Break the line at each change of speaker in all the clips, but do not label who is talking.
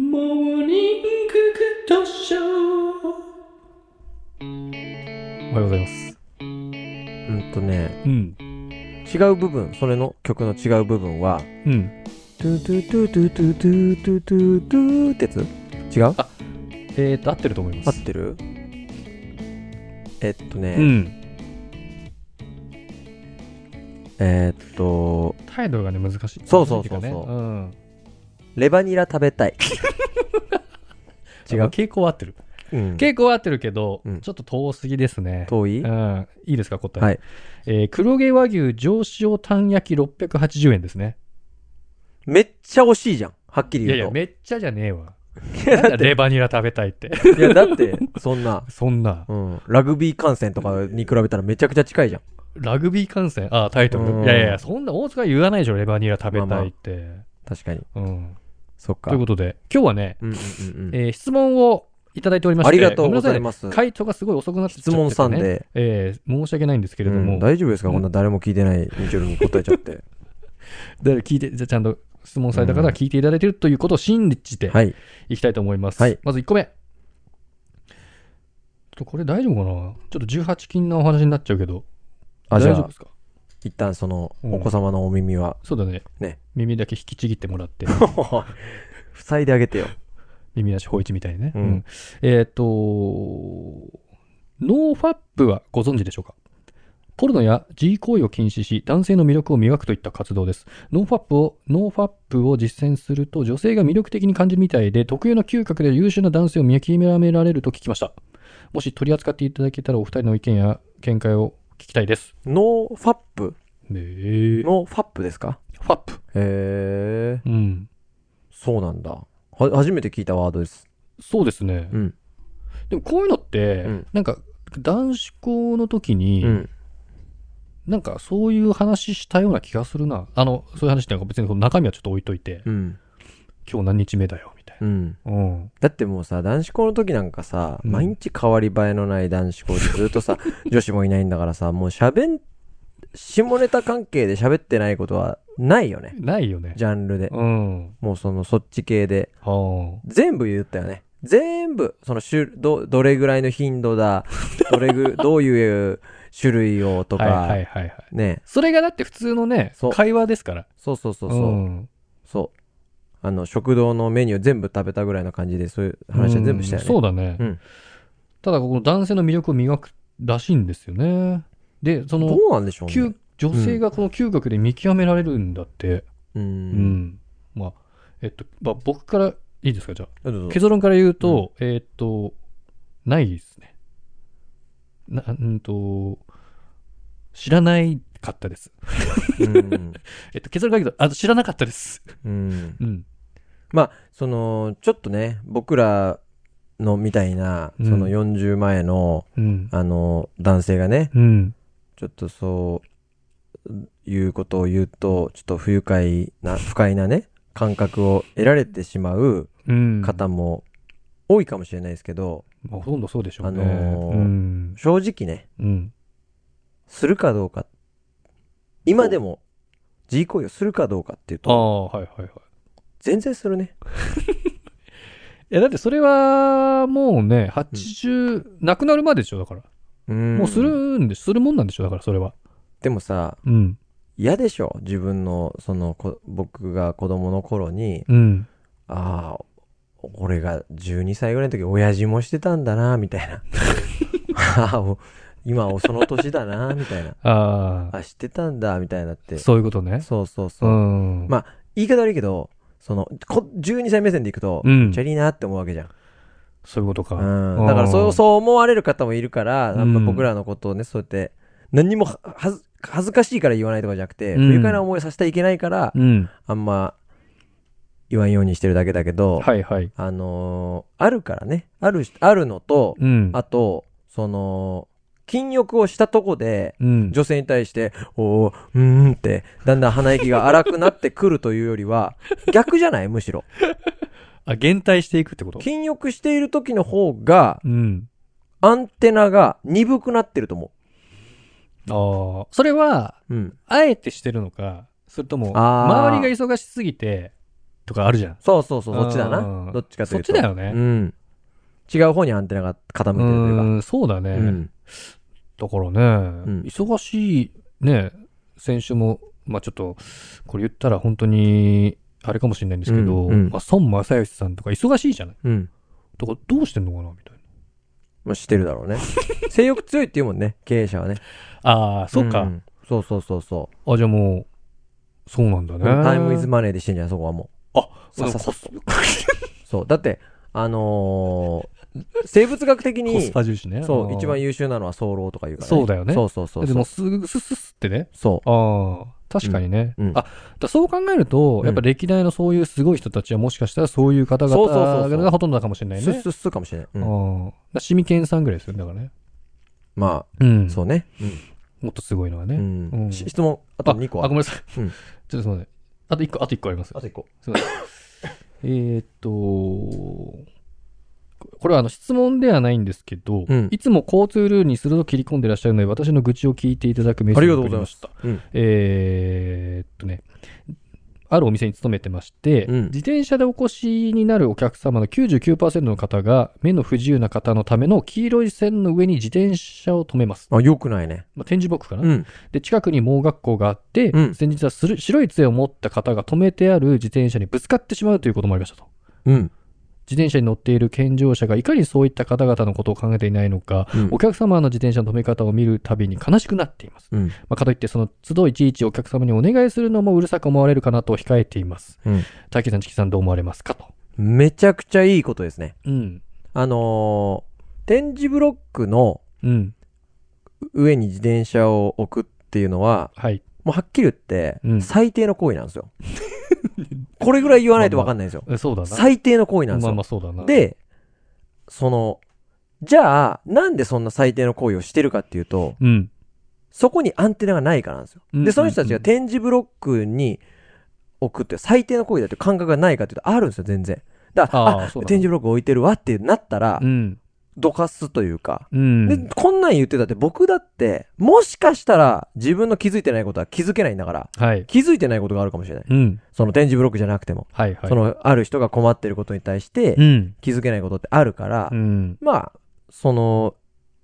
モーニンググッドショー
おはようございます。
うんとね、
うん。
違う部分、それの曲の違う部分は、
うん。
トゥトゥトゥトゥトゥトゥトゥトゥってやつ違う
えーと、合ってると思い
合
ま
っ
す。
てるえっと
う
ね、
ん。
えっと、
態度がね、難しい。
そうそうそうそ
難
う
しいっていかねうん。
レバニラ食 べたい。違う
傾向は合ってる。
うん
傾向は合ってるけど
う、ん
ちょっと遠すぎですね。
遠い
うん。いいですか、答え。
はい。
えー黒毛和牛上塩タン焼き680円ですね。
めっちゃ惜しいじゃん。はっきり
いやい
言
や、
うと。
めっちゃじゃねえわ。
いや、
なん
だ
だ
って
レバニラ食べたいって。、
いやだってそんな、
そんな。
うん、ラグビー観戦とかに比べたらめちゃくちゃ近いじゃん。
ラグビー観戦あ、タイト
う
ル。
ん
いやいやいや、そんな大塚は言わないでしょ、レバニラ食べたいって。
確かに。
うん。
そっか。
ということで、今日はね、
うんうんうんうん。
えー質問をいただいておりまして、
ありがとうござ
ごめ
い
んなさ
ます
ね。回答がすごい遅くなってきちゃ
質
っててね
問さん。で。
えー申し訳ないんですけれど
う
も、
ん大丈夫ですかこんな誰も聞いてない日曜日に答えちゃ って。
だから聞いて、じゃあちゃんと質問された方は聞いていただいているということを信じて
はい。
いきたいと思います。
はい
まず1個目。ちょっとこれ大丈夫かなちょっと18禁なお話になっちゃうけど、
あ、
大
じゃ
丈夫
あ
で、すか
一旦その、
うん
お子様のお耳 は、
そうだね。
ね
耳だけ引きちぎってもらって。
塞いであげてよ。
耳なし芳一みたいにね。
うん
うんえっ、と、ノーファップはご存知でしょうかポルノや G 行為を禁止し、男性の魅力を磨くといった活動です。ノーファップを、ノーファップを実践すると、女性が魅力的に感じるみたいで、特有の嗅覚で優秀な男性を見極められると聞きました。もし取り扱っていただけたら、お二人の意見や見解を聞きたいです。
ノーファップ
ねえ
ノーファップですか
ファップ。
へえ、
うん。
そうなんだ。は、初めて聞いたワードです。
そうですね。
うん。
でもこういうのって、
うん
なんか、男子校の時に、
うん。
なんかそういう話したような気がするな。あの、そういう話ってなんか別にその中身はちょっと置いといて、
うん。
今日何日目だよ、みたい
うん。
な。うん。
だってもうさ、男子校の時なんかさ、
うん
毎日変わり映えのない男子校でずっと さ、女子もいないんだからさ、もう喋ん、下ネタ関係で喋ってないことはないよね。
ないよね。
ジャンルで。
うん。は
もうその、そっち系で。
あ。
全部言ったよね。全部、その種、ど、どれぐらいの頻 度だ、どれぐ、どういう種類をとか、
はいはいはいはい。
ね、
それがだって普通のね
そう、
会話ですから。
そうそうそうそう、
ん
そう。あの、食堂のメニュー全部食べたぐらいの感じで、そういう話は全部したよね。
うんそうだね。
うん
ただ、この男性の魅力を磨くらしいんですよね。で、そ
ど
の、
うなんでしょうね
嗅。女性がこの嗅覚で見極められるんだって。
う。
うんん。まあ、えっと、まあ、僕から、いいですか、じゃあ。
どうぞどうぞ
結論から言うと、えーっと、ないですね。な、うんと、知らないかったです。
うん。
えっと、結論から言うと、あ知らなかったです。
うん
うん。
まあ、その、ちょっとね、僕らのみたいな、
う
そ
ん
の40前の、
うん。
あの、男性がね、
うん。
ちょっとそう、いうことを言うと、ちょっと不愉快な、不快なね、感覚を得られてしまう
うん。
方も多いかもしれないですけど、
まあ、ほとんどそうでしょうね。
あのー
うん。
正直ね、
うん。
するかどうか、今でも、G 行為をするかどうかっていう
あ
と、
あ、はいはいはい。
全然するね。
いや、だってそれは、もうね、80、なくなるまででしょ、だから。
も
もうするんで、するもんなんでしょ、だから、それは。
でもさ、
うん。
嫌でしょ自分の、その、こ僕が子供の頃に、
うん。
ああ、俺が12歳ぐらいの時、親父もしてたんだな、みた いな。ああお今、その年だな、みたいな。
ああ、
あ、してたんだ、みたいなって。
そういうことね。
そうそうそうう。
ん。
まあ言い方悪いけど、その、こ12歳目線でいくと
う、ん
チャ。リーなって思うわけじゃん。
そういうことか。
うん。だから、そう、そう思われる方もいるから、やっぱ僕らのことをね、そうやって、何にもははず恥ずかしいから言わないとかじゃなくて、
うん
不愉快な思いさせてはいけないから、
うん。
あんま言わんようにしてるだけだけど、
はいはい。
あのーあるからね。あるし、あるのと、
うん。
あと、その、禁欲をしたとこで、
うん。
女性に対して、おー、うーんって、だんだん鼻息が荒くなってくるというよりは、逆じゃないむしろ。
あ、減退していくってこと
禁欲している時の方が、
うん。
アンテナが鈍くなってると思
ああ。それは、
う。うん。
あえてしてるのか、それとも、
あー
周りが忙しすぎて、とかあるじゃん。
そうそうそう、そっちだ
うん
な。どっちかというと。
そっちだよね
うん。違う方にアンテナが傾
う
いてるというか。
ーん、そうだね。
うん。
だからね、
ん
忙しい、ね、先週も、まあちょっと、これ言ったら本当に、あれかもしれないんですけど、
うんうん
まあ孫正義さんとか忙しいじゃない
うん。
とか、どうしてんのかなみたいな。
まあ、してるだろ うね。性欲強いって言うもんね、経営者はね。
ああ、そうか。
んそうそうそうそ
あ、じゃあもう、そうなんだ
う。
ね。
タイムイズマネーでしてんじゃん、そこはも
あ、
さささ
コスコ
う。そう。だって、あのー生物学的
ス
に、
パ重視ね。
そう、一番
い
優秀なのは早漏とか言うから、
そうだよね
そうそうそう
で
そ
も、
う。
すぐ、すすすってね。
そ
ああ、確かにね。
うんうん
あ、だそう考えると、
うん
やっぱ歴代のそういうすごい人たちはもしかしたらそういう方
そうそう
々
そうそ
が
う
ほとんどかもしれな
う。
い
スッ
ね
ス。ッスッかもしれない。うん
うん。だシミケンさんぐらいですよね、だからね。
ま
うん
あ、。そうね。
もっとすごいのはね。
うん
うん
し質問、あと2個
あ、
あ
ごめん
る。
なさい。
う
ち
ん
ょっとすみません。あと1個、あと一個あります。
あと1個。
すいません。えーっと、これはあの質問ではないんですけど、
うん
いつも交通ルールに鋭く切り込んでらっしゃるので、私の愚痴を聞いていただくメッセージを送りました。
ありがとうございます
えーっとね、あるお店に勤めてまして、
うん
自転車でお越しになるお客様の99%の方が、目の不自由な方のための黄色い線の上に自転車を止めます。
あ、よくないね。
まあ、展示ボックスかな、
うん。
で、近くに盲学校があって、
うん
先日はする白い杖を持った方が止めてある自転車にぶつかってしまうということもありましたと。
うん。
自転車に乗っている健常者がいかにそういった方々のことを考えていないのか、
うん
お客様の自転車の止め方を見るたびに悲しくなっています。
うん。
まあ、かといってその都度いちいちお客様にお願いするのもうるさく思われるかなと控えています。
うん
大輝さん、チキさんどう思われますかと。
めちゃくちゃいいことですね。
うん。
あのー展示ブロックの
うん。
上に自転車を置くっていうのは、
はい。
もうはっきり言って
う、ん
最低の行為なんですよ。これぐらい言わないと分かんないんですよ。
えそうだな。
最低の行為なんです
まあ
よ
まあ。そうだな。、
で、その、じゃあ、なんでそんな最低の行為をしてるかっていうと、
うん。
そこにアンテナがないからなんですよ。
うんうんう
で、
ん
その人たちが展示ブロックに置くって最低の行為だっていう感覚がないかっていうと、あるんですよ、全然。だから、
あー
あ
そうだ
展示ブロック置いてるわってなったら
う、ん。
どかすというか、
うん。
で、こんなん言ってたって僕だって、もしかしたら自分の気づいてないことは気づけないんだから、
はい。
気づいてないことがあるかもしれない。
うん。
その展示ブロックじゃなくても。
はいはい。
そ、の、ある人が困ってることに対して
う、ん。
気づけないことってあるから
う、ん。
まあ、その、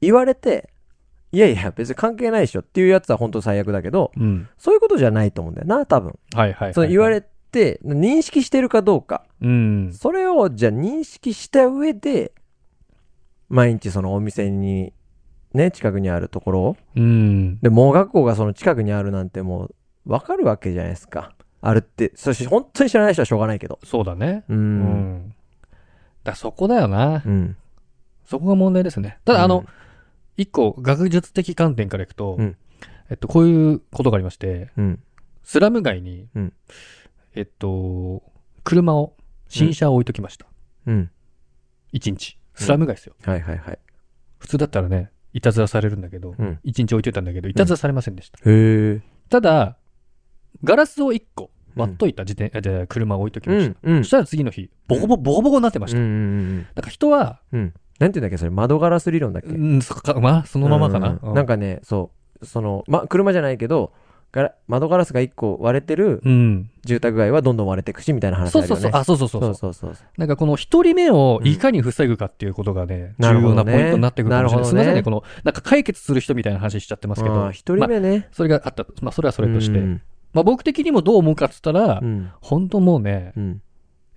言われて、いやいや、別に関係ないでしょっていうやつは本当最悪だけど、
うん。
そういうことじゃないと思うんだよな、多分。
はいはいはい。
その言われて、認識してるかどうか。
うん。
それを、じゃあ認識した上で、毎日そのお店に、ね、近くにあるところを、
うん。
で、盲学校がその近くにあるなんてもう、わかるわけじゃないですか。あるって、そして本当に知らない人はしょうがないけど。
そうだね。
う。
うんん。だそこだよな
う。ん。
そこが問題ですね。ただ、あの、一個、学術的観点からいくと
うん、
えっと、こういうことがありまして、
うん、うん。
スラム街に
うん、
えっと、車を、新車を置いときました。
うん。
一日。スラム街ですよ。
はいはいはい。
普通だったらね、いたずらされるんだけど
う、ん。
一日置いといたんだけど、いたずらされませんでした。
へえ。
ただ、ガラスを一個割っといた自転、あじゃあ車を置いとき
う
まし
ん
た。。
うん
そし。たら次の日、ボコボコボコボコになってました。
うんうん
なんか人は、
うんうん。なんて言うんだっけ、それ、窓ガラス理論だっけ。
うん、そっか、まあ、そのままかな。
うんなん
か、
かね、そう、その、ま、車じゃないけど、ガラ窓ガラスが1個割れてる
うん。
住宅街はどんどん割れていくし、みたいな話だ
そう
よね。
そうそう。あ、そうそうそう
そ
そう
う。そうそうそう。
なんかこの一人目をいかに防ぐかっていうことがね、
うんなる
重
ほ
要な
どね
ポイントになってくるかもしれない。
なる
すみ
ほど
ま
ね
せんね、この、なんか解決する人みたいな話しちゃってますけど。
あー一人
まあ
目ね。
それがあった。まあ、それはそ
そ
れとして。まあ、僕的にもどう思うかって言ったら、
うん。
本当もうね
う、ん。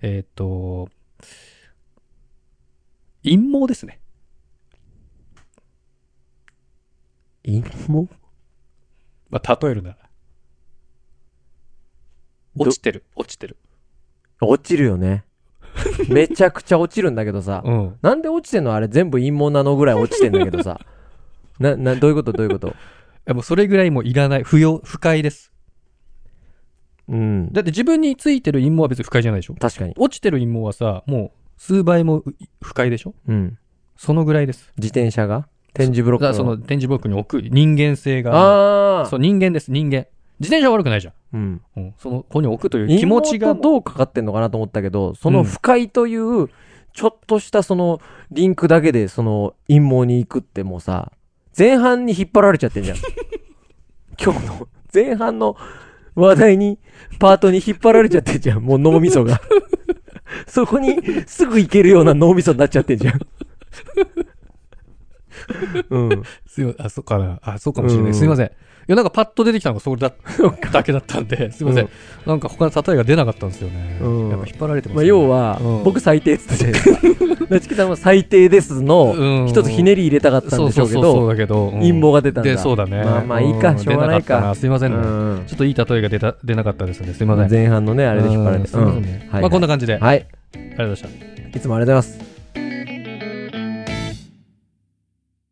えーっと、陰謀ですね。
陰謀
まあ、例えるなら。落ちてる、落ちてる。
落ちる よね。めちゃくちゃ落ちるんだけどさ。
うん。
なんで落ちてんのあれ全部陰謀なのぐらい落ちてんだけどさ。な、な、どういうことどういうこと
でもうそれぐらいもういらない、不要、不快です。
うん。
だって自分についてる陰謀は別に不快じゃないでしょ
確かに。
落ちてる陰謀はさ、もう数倍もう不快でしょ
うん。
そのぐらいです。
自転車が展示ブロ
だ
ッ
か
ク
らその展示ブロックに置く人間性が。
ああ
そう、人間です、人間。自転車は悪くないじゃ
うん。
ん。うん、その、ここに置くという
気
気
持
持
ち
ち
が
が。
どうかかってんのかなと思ったけど、その不快という、ちょっとしたそのリンクだけでその陰謀に行くってもう さ、前半に引っ張られちゃってんじゃん。今日の前半の話題に、パートに引っ張られちゃってんじゃん。もう脳みそが。そこにすぐ行けるような脳みそになっちゃってんじゃん。うん。
すいません。あ、そうかな。あ、そうかもしれな
う
い。
ん
すいません。いや、なんかパッと出てきたのがそれだだけだったんで、すいません。
うん
なんか他の例えが出なかったんですよね。
うん
やっぱ引っ張られてます、
まあ、
ね。
要は、
うん
僕最低っつったじゃないですか。なちきさんは最低です
う
の、
ん
一つひねり入れたかったん
そう
でし
そ
ょ
う
うけ
そうそう
ど、
だけど、うん
陰謀が出たんだ
で、そうだね。
まあまあいいか
うん
しょうがないか
出なったすいませんね。
うん
ちょっといい例えが出た出なかったですね。すいません。
前半のね、あれで引っ張られ
うん
て。
すいませんね。
はい
まあこんな感じで、あり
はい。
がとうございました。
いつもありがとうございます。